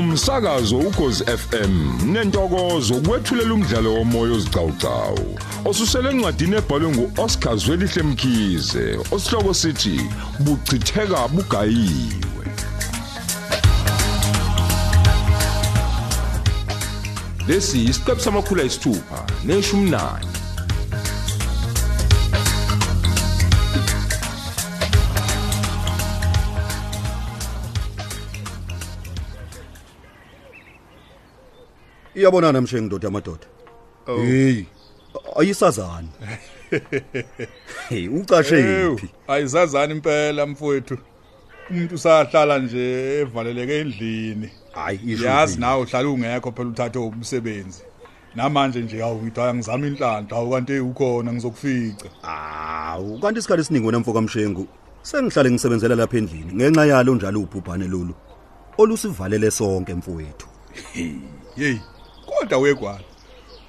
umsakazo ukhozi FM nentokozo kwethulela umdlalo womoya ozicawucawu osusele encwadini ebhalwe ngu-Oscar Zwelihle Mkhize osihloko sithi buchitheka bugayiwe lesi isiqebu samakhulu ayisithupha neshumi nane iyabonana mshengi ndoda amadoda hey ayisazana hey ucashe Ewu, yiphi ayizazani impela mfowethu umuntu usahlala nje evaleleke endlini hayi isho yazi impilo. nawe uhlala ungekho phela uthathe umsebenzi namanje nje awu ngithi hayi ngizama inhlanhla awu kanti ukhona ngizokufica hawu kanti isikhathi esiningi wena mfo kamshengu sengihlale ngisebenzela lapha endlini ngenxa yalo njalo ubhubhane lolu olusivalele sonke mfowethu yeyi kodwa wegwala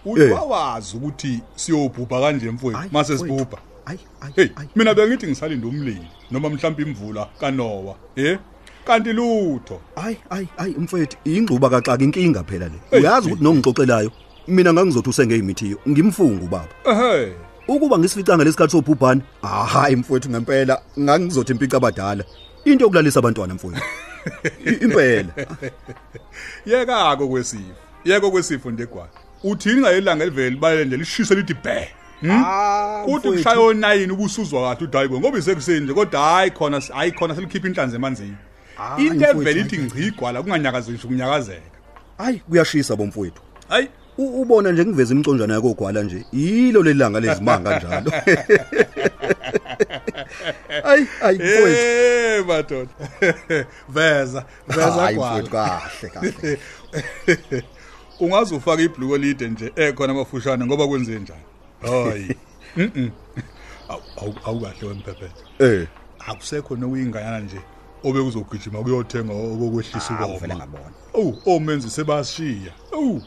Eh. uthi wawazi ukuthi siyobhubha kanje mfowethu Hayi, mase mfowethu. sibhubha hayi hayi hey hayi. mina bengithi ngisalinde umlindi noma mhlawumbe imvula kanowa ye kanti lutho hayi hayi hayi mfowethu ingxuba kaxaka inkinga phela le Hey, uyazi ukuthi nongixoxelayo mina ngangizothi usengeyimthiyo ngimfunga ubaba ehe ukuba ngisificanga lesikhathi sobhubhane ah hayi mfowethu ngempela ngangizothi impica abadala into yokulalisa abantwana mfowethu I- impela yekako kwesifo yeko kwesifo ndegwala uthini ngayelanga elivele libalele nje lishise lithi bhe Hmm? Ah, uthi mfowethu. kushayo 9 ubusuzwa kahle uthi hayi bo, ngoba isekuseni nje kodwa hayi khona hayi khona selikhipha inhlanzi emanzini Ah, into mfowethu, evele hayi, ithi hayi. ngichigwala kunganyakazisho ukunyakazeka hayi kuyashisa bomfowethu hayi U- ubona nje ngiveza imconjana yakogwala nje yilo lelanga lezimanga njalo hayi hayi mfowethu eh madoda veza veza Hayi, mfowethu kwala kahle kahle ungaze ufake ibhlue elide nje ekhona amafushane ngoba kwenze njani hayi mhm Awu- awu- awukahle wemphephela eh akusekho nokuyingayana nje obekuzogijima kuyothenga okokwehlisa Ah, vele ukoma ngabona. owu omenzi sebashiya owu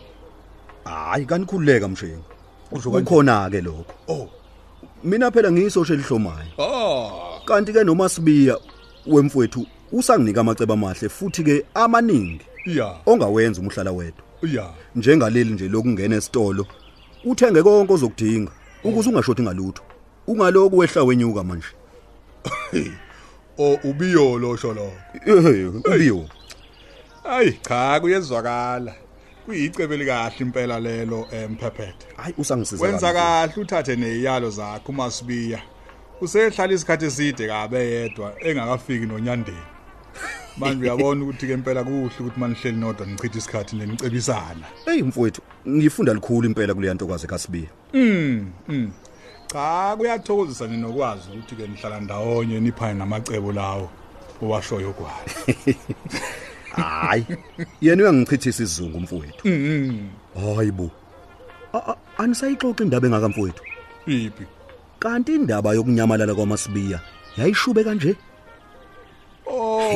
hayi kanikhululeka mshengu usho kanje ukhona ke lokho oh mina phela ngiyisosha elihlomayo ah kanti ke noma sibiya wemfowethu usanginika amacebo amahle futhi ke amaningi ya ongawenza umhlala wedwa ya njengaleli nje lokungena esitolo uthenge konke ozokudinga ukuze ungashoti ngalutho ungaloku wehla wenyuka manje o ubiyolo sho lo Eh, ubiyo ayi cha kuyezwakala kuyicebe likahle impela lelo emphephete hayi usangisiza wenza kabi. kahle uthathe neyalo zakho umasibiya usehlala isikhathi eside kabe yedwa engakafiki nonyandeni manje uyabona ukuthi ke impela kuhle ukuthi manihleli nodwa nichithe isikhathi nje nicebisana hey mfowethu ngifunda likhulu impela kuleya ntokazi kaSibiya cha kuyathokozisa nje nokwazi ukuthi ke nihlala ndawonye niphane namacebo lawo owashoyo kwalo hayi yena uyangichithisa isizungu mfowethu hayi bo A- a- anisayixoxi indaba engaka mfowethu iphi kanti indaba yokunyamalala kwamaSibiya yayishube kanje oh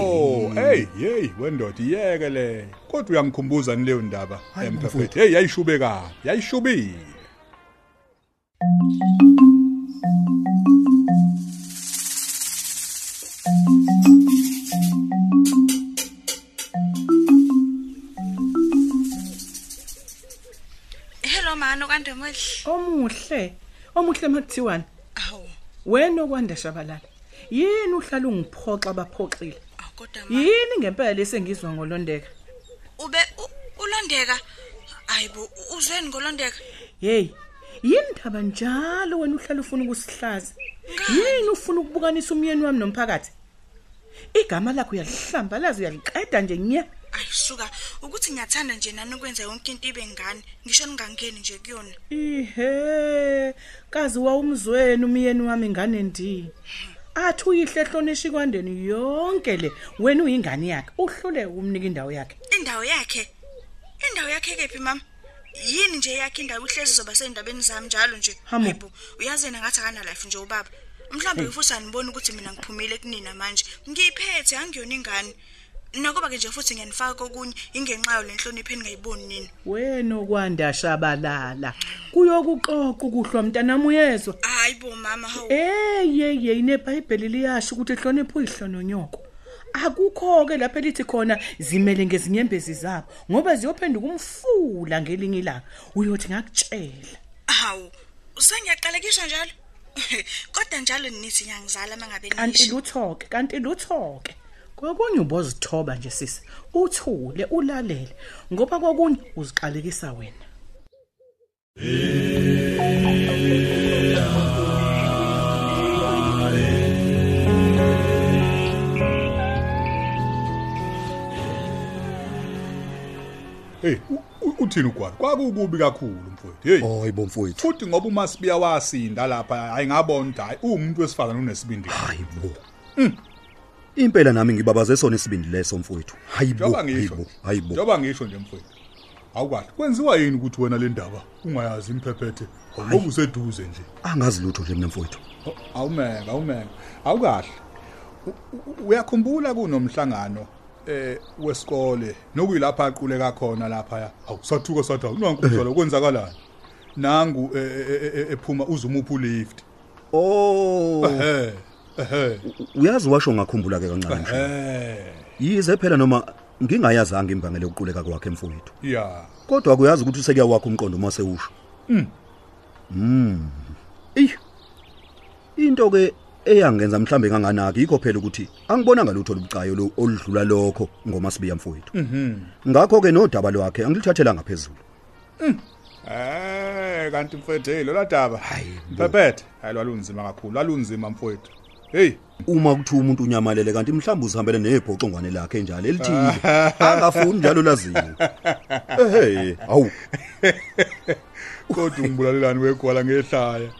Hmm. hey hey wendoda iyeke le kodwa uyangikhumbuzani leyo ndaba Hayi, emphephete mfowethu. hey yayishube kabi yayishubile Hello mano kanti emuhle. omuhle omuhle makuthiwani Awu, wena okwanda shabalala yini uhlala ungiphoxa baphoxile akoda ma. yini ngempela lesengizwa ngolondeka Ube u- uLondeka. Hayibo, uzweni ngoLondeka? hey yini ndaba njalo wena uhlala ufuna ukusihlaza yini ufuna ukubukanisa umyeni wami nomphakathi igama lakho uyalihlamba lazi uyaliqeda nje nya Ayisuka, ukuthi ngiyathanda nje nani ukwenza yonke into ibe ngani. Ngisho ningangeni nje kuyona. ihe kazi wawumzweni umyeni wami ingane ndini athi uyihle ehlonishwa ikwandeni yonke le wena uyingane yakhe uhlule umnika indawo yakhe Indawo yakhe. Indawo yakhe kephi mama? Yini nje yakhe indawo ihlezi izoba sendabeni zami njalo nje. Hamo. Hayibo, uyazi yena ngathi akana life nje ubaba. Mhlawumbe ufuthi anibona ukuthi mina ngiphumile kunina manje. Ngiyiphethe angiyona ingane. Nakuba ke nje futhi ngiyanifaka kokunye ingenxa yo lenhlonipho engayiboni nini. wena okwanda shabalala kuyokuxoxa ukuhlwa mntanami uyezwa hayi bo mama hawu eyeyey nebhayibheli liyasho ukuthi hlonipha uyihlononyoko akukho ke lapho elithi khona zimele ngezinyembezi zabo ngoba ziyophenduka umfula ngelinye ilanga uyothi ngakutshela hawu usengiyaqalekiswa njalo kodwa njalo nithi ngiyangizala mangabe kanti nisho lutho-ke kanti lutho-ke kokunye ubozithoba nje sisi uthule ulalele ngoba kokunye uziqalekisa wena hey u- u- uthini ugwalo kwakukubi kakhulu mfowethu hey hayi bomfowethu futhi ngoba uMasibiya wasinda lapha hayi ngabona ukuthi hayi umuntu wesifazane unesibindi hayi bo Hmm. impela nami ngibabaze sona isibindi leso mfowethu hayi bo njoba hayi ngisho bo hayi bo njoba ngisho nje mfowethu awukahle kwenziwa yini ukuthi wena le ndaba ungayazi imphephethe ngoba useduze nje Oh, angazi lutho nje mina mfowethu awumeka awumeka awukahle U- u- uyakhumbula kunomhlangano eh wesikole nokuyilapha aquleka khona lapha awusathuka sathi awunanku njalo kwenzakalani nangu eh, eh, eh, eh, ephuma uzumuphu lift oh ehe ehe uyazi washo ngakhumbula ke kancane nje ehe yize phela noma ngingayazanga imbangela yokuquleka kwakhe mfowethu ya kodwa kuyazi ukuthi usekeya wakho umqondo uma sewusho mm mm eyi into ke eyangenza mhlambe kanganaki yikho phela ukuthi angibonanga lutho olubucayo lo oludlula lokho ngoma sibiya mfowethu ngakho ke nodaba lwakhe angilithathela ngaphezulu Eh kanti mfethu hey lola daba. Phephethe, hayi lwalunzima kakhulu, lwalunzima mfethu. Hey, uma kuthiwa umuntu unyamalele kanti mhlawumbe uzihambele nebhoxongwane lakhe njalo elithile angafuni njalo laziwe ehe awu kodwa ungibulalelani wegwala ngehlaya.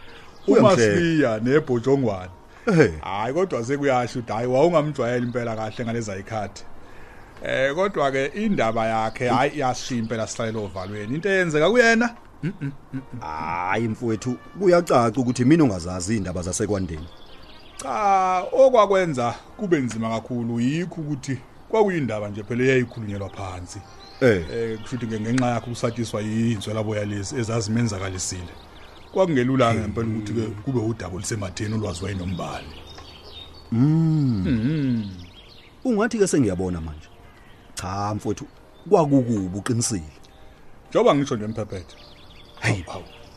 Uyangihlenga. UMasibiya nebhojongwane. ehe Hayi kodwa sekuyasho ukuthi hayi wawungamjwayela impela kahle ngaleza ikhati. Eh kodwa ke indaba yakhe hayi yashiya impela sihlalela ovalweni. Into eyenzeka kuyena hayi mfowethu kuyacaca ukuthi mina ongazazi indaba zasekwandeni cha okwakwenza kube nzima kakhulu yikho ukuthi kwakuyindaba nje phela eyayikhulunyelwa phansi. eh eh kushuthi nge- ngenxa yakhe usatshiswa yinzwela boya lezi ezazimenzakalisile kwakungelula ngempela ukuthi ke kube udaba olusematheni ulwazi wayenombali ungathi ke sengiyabona manje cha mfowethu kwakukubi uqinisile njengoba ngisho nje emphephethe hayi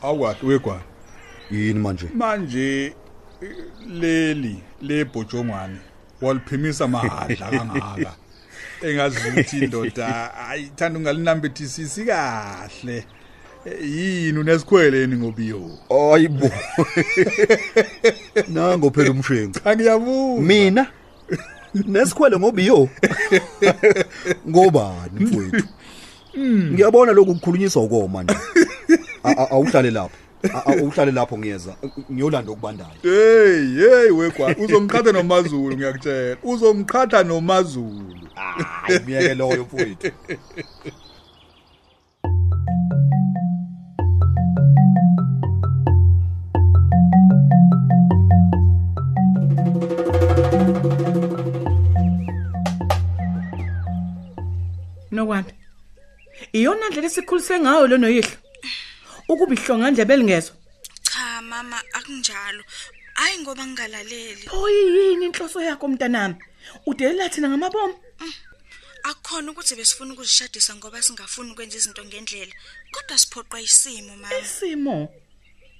awukahle uyegwana yini manje manje eh, leli lebhojongwane waliphimisa mahadla kangaka engazi ukuthi indoda ayithanda ungalinambethisisi kahle Eh, yini unesikhweleni ngobiyo ayibo nango phela umshengu angiyabuza mina nesikhwele ngobiyo ngobani mfowethu ngiyabona lokhu kukhulunyiswa ukoma nje A- a- awuhlale lapho A- a- awuhlale lapho ngiyeza ngiyolanda okubandayo Hey hey wegwa uzongiqhatha noMazulu ngiyakutshela uzongiqhatha noMazulu hayi miyeke loyo mfowethu nokwami iyona ndlela esikhulise ngayo lo noyihlo ukuba ihlongandlebe elingezwa cha mama akunjalo hayi ngoba ngingalaleli pho yini inhloso yakho mntanami udelela thina ngamabomu akukhona ukuthi besifuna ukuzishadisa ngoba singafuni ukwenza izinto ngendlela kodwa siphoqwa isimo mama isimo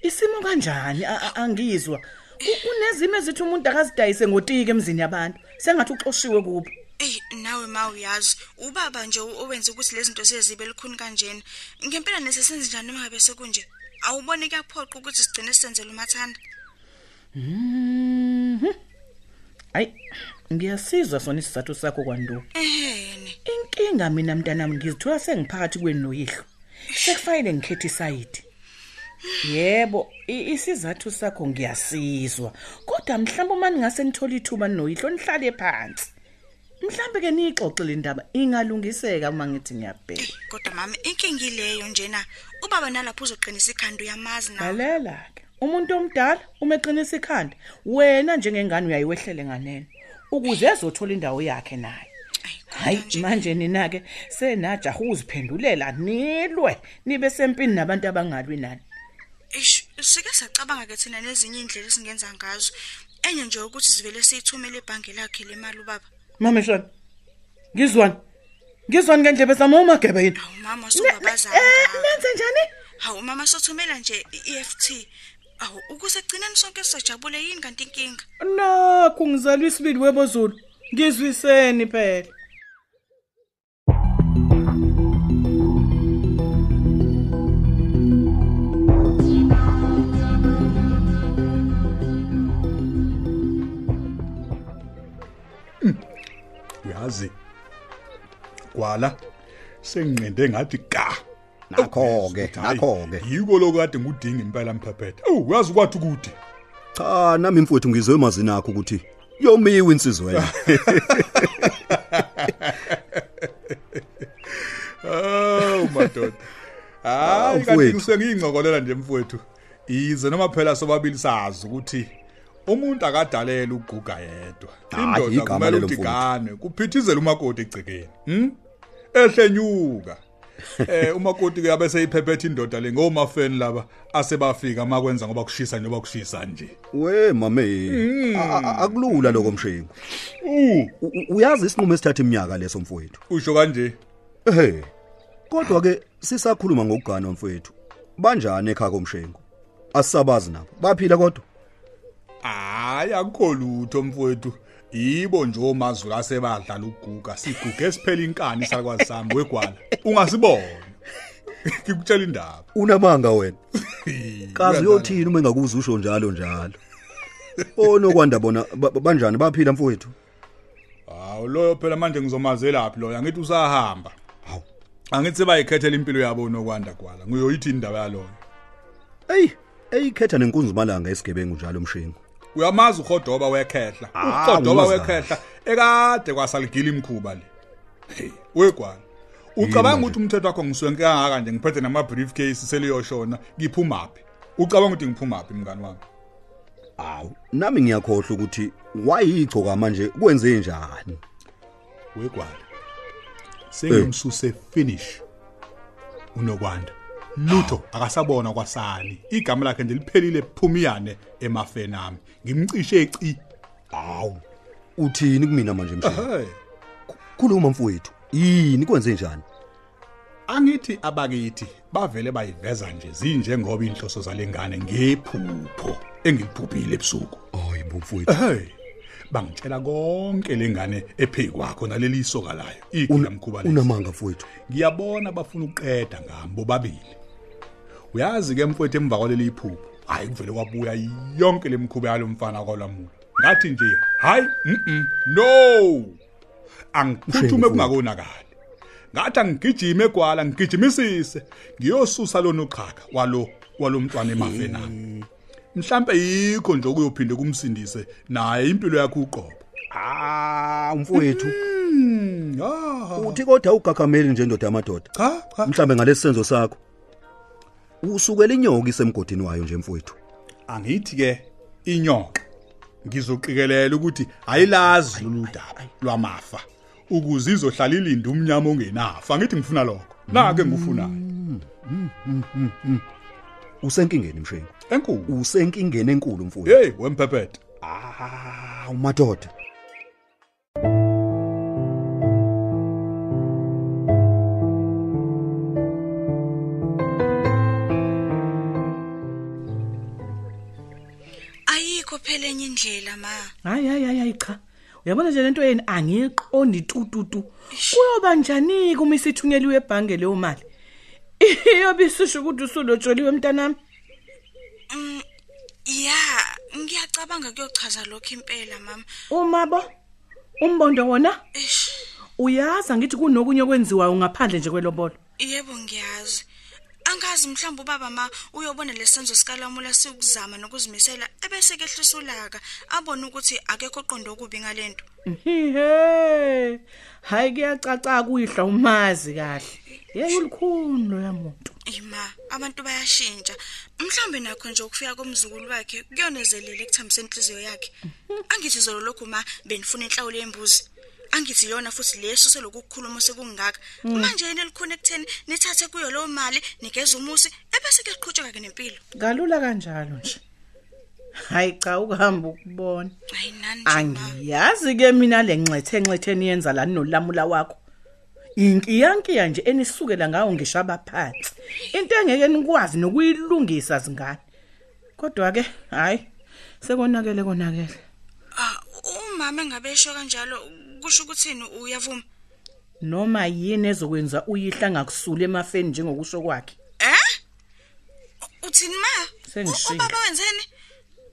isimo kanjani A- a- angizwa Ku- kunezimo ezithi umuntu akazidayise ngotike emzini yabantu sengathi uxoshiwe kuphi eyi nawe ma uyazi ubaba nje owenza ukuthi lezi zinto ziye zibe lukhuni kanjena ngempela nesesenze njani uma ngabe sekunje awuboni kuyaphoqa ukuthi sigcine sisenzele umathanda hayi ngiyasizwa sona isizathu sakho kwanduku ehene inkinga mina mntanami ngizithola sengiphakathi kweni noyihlo sekufanele ngikhethe isayidi yebo i- isizathu sakho ngiyasizwa kodwa mhlawumbe uma ningase nithole ithuba noyihlo nihlale phansi mhlawumbe ke niyixoxe le ndaba ingalungiseka uma ngithi ngiyabheka kodwa mama inkinga ileyo njena ubaba nalapho uzoqinisa ikhanda uyamazi nawe lalela ke umuntu omdala uma eqinisa ikhanda wena njengengane uyayiwehlele nganene ukuze ezothola indawo yakhe naye hayi manje nina ke senajaha ukuziphendulela nilwe nibe sempini nabantu abangalwi nani Eish, sike sacabanga ke thina nezinye indlela esingenza ngazo. Enye nje ukuthi sivele siyithumele ebhange lakhe le mali ubaba. mameshana ngizwani ngizwani ngendlebe zami omagebe yini Hawu mama Ne- ne- sobabazana. eh, nenze njani Hawu mama sothumela nje i-EFT. Awu ukusegcineni sonke sizojabule yini kanti inkinga? nakho ngizalwa isibili webozulu ngizwiseni phela uyazi gwala senginqinde ngathi ka Nakho-ke, Ukuthi, hhayi, nakho-ke. yiko lokade ngudinga impela mphephetha owu uyazi ukwathi ukude Cha nami mfowethu ngizwe emazini akho ukuthi yomiwe insizwe yena. awu madoda hayi kanti Ah, mfowethu. ngisengiyincokolela nje mfowethu ize noma phela sobabili sazi ukuthi umuntu akadalela ukuguga yedwa Hhayi, indoda igama kumele Ah, lelo ukuthi mfowethu. gane kuphithizele umakoti egcekeni hm? ehlenyuka eh umakoti kuyabe seyiphephetha indoda le ngomafeni laba asebafika makwenza ngoba kushisa njengoba kushisa nje We mame. a- a- Akulula lokho mshengu. Hmm. U- u- Uyazi isinqumo esithatha iminyaka leso mfowethu. usho kanje Ehhe. Kodwa ke sisakhuluma ngokugana mfowethu. Banjani ekhaya komshengu? Asisabazi nabo. Baphila kodwa. hayi akukho lutho mfowethu yibo nje omazulu asebadlala uguga siguge esiphela inkani sakwazi sami wegwala ungasibona ngikutshela indaba Unamanga wena. Kazi Uyazala. uyothina uma engakuzwa usho njalo njalo. Onokwanda bona ba- ba- banjani baphila mfowethu? hawu loyo phela manje ngizomazelaphi loyo angithi usahamba hawu angithi sebayikhethela impilo yabo unokwanda gwala nguyoyithini indaba yaloyo Ey, eyikhetha nenkunzi malanga esigebengu njalo mshengu. uyamazi uhodoba wekhehla Ah, uhodoba ngimazi wekhehla ekade kwasaligila imkhuba le Hey, wegwana ucabanga ukuthi umthetho wakho ngiswenke kangaka nje ngiphethe nama-briefcase seliyoshona ngiphumaphi ucabanga ukuthi ngiphumaphi mngani wami Awu, nami ngiyakhohlwa ukuthi wayigcoka manje kwenze njani. wegwana sengimsuse finish unokwanda lutho akasabona kwasani igama lakhe nje liphelile phumiyane emafeni ami ngimcishe ci hawu Uthini kumina manje mshengu? hey Khuluma mfowethu. Yini kwenze njani? angithi abakithi bavele bayiveza nje zinjengoba inhloso zalengane ngephupho engiliphuphile ebusuku Hayi bo mfowethu. hey bangitshela konke lengane ephekwakho naleli isoka layo ikhila mkhuba lesi Unamanga mfowethu. ngiyabona bafuna ukuqeda ngami bobabili uyazi ke mfowethu emva kwaleli iphupho hayi kuvele kwabuya yonke lemkhuba yalomfana kwalamula ngathi nje hayi mhm no angiphuthume mfowethu. kungakonakali ngathi angigijime egwala ngigijimisise ngiyosusa lona uqhaka walo walomntwana emafena mhlambe yikho nje okuyophinde kumsindise naye impilo yakhe uqobo Ah, mfowethu. Mm, ah, Hmm. Uthi kodwa ugagameli nje ndoda yamadoda. cha cha Mhlambe ngalesi senzo sakho. Usukela inyoka isemgodini wayo nje mfowethu. angithi ke inyoka ngizoqikelela ukuthi ayilazi loludaba lwamafa ukuze izohlala ilinde umnyama ongenafa angithi ngifuna lokho nake ngufunayo Usenkingeni mshengu. enkulu Usenkingeni enkulu mfowethu. hey wempephethe Ah, umadoda. Ayikho phela enye indlela ma. hayi hayi hayi hayi cha uyabona nje lento yeni angiqondi tututu kuyoba njani kuma isithunyeliwe ebhange leyo mali iyobisisho ukuthi usulotsholiwe mntanami Mm, Ya, ngiyacabanga kuyochaza lokho impela mama. umabo umbondo wona Eish, uyaza ngithi kunokunye okwenziwayo ngaphandle nje kwelobolo yebo ngiyazi. Angazi mhlawumbe ubaba ma uyobona lesenzo sikalamula sikuzama nokuzimisela ebese kehlisa ulaka abone ukuthi akekho oqondo okubi ngalento. Ihe. Hayi kuyacaca kuyihla umazi kahle. Yey ulikhulu yamuntu. Ima, abantu bayashintsha. Mhlawumbe nakho nje ukufika komzukulu wakhe kuyonezelele ekuthambiseni inhliziyo yakhe. Angithi zolo lokhu ma benifuna inhlawulo yembuzi. Angithi yona futhi leso selokukhuluma sekungaka. Manje yini elikhune ekutheni nithathe kuyo lo mali nigeze umusi ebese kuqhutsheka ke nempilo. Kalula kanjalo nje. hayi cha ukuhamba ukubona hayi nani nje ma. angiyazi ke mina lenxethe enxethe niyenza la nolamula wakho inkiyankiya nje enisukela ngawo ngisho abaphansi into engeke nikwazi nokuyilungisa zingane kodwa ke hayi sekonakele konakele Ah, umama engabesho kanjalo kusho ukuthini uyavuma noma yini ezokwenza uyihla ngakusula emafeni njengokusho kwakhe eh U- uthini ma Sengishilo. U- ubaba wenzeni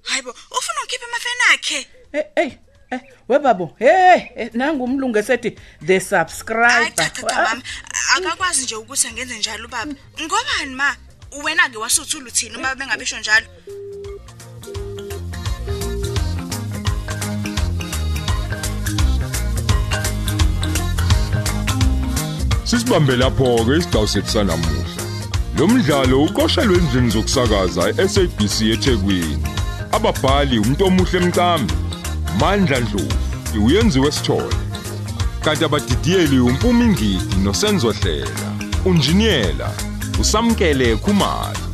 hayibo ufuna ukhipha amafeni akhe hey hey eh, webabo hey eh, nangu umlungu esethi the hayi subscriber Ah, cha cha cha, mama akakwazi nje ukuthi angenze njalo ubaba ngobani ma wena ke wasuthula uthini uma bengabesho njalo Sisibambe lapho-ke isigcawu sethu sanamuhla. Lo mdlalo uqoshelwe endlini zokusakaza e-SABC eThekwini. Ababhali umuntu omuhle emcambi, Mandla Dlovu, uyenziwe sithole. Kanti abadidiyeli uMpumi Ngidi noSenzo Hlela, unjiniyela uSamkele Khumalo.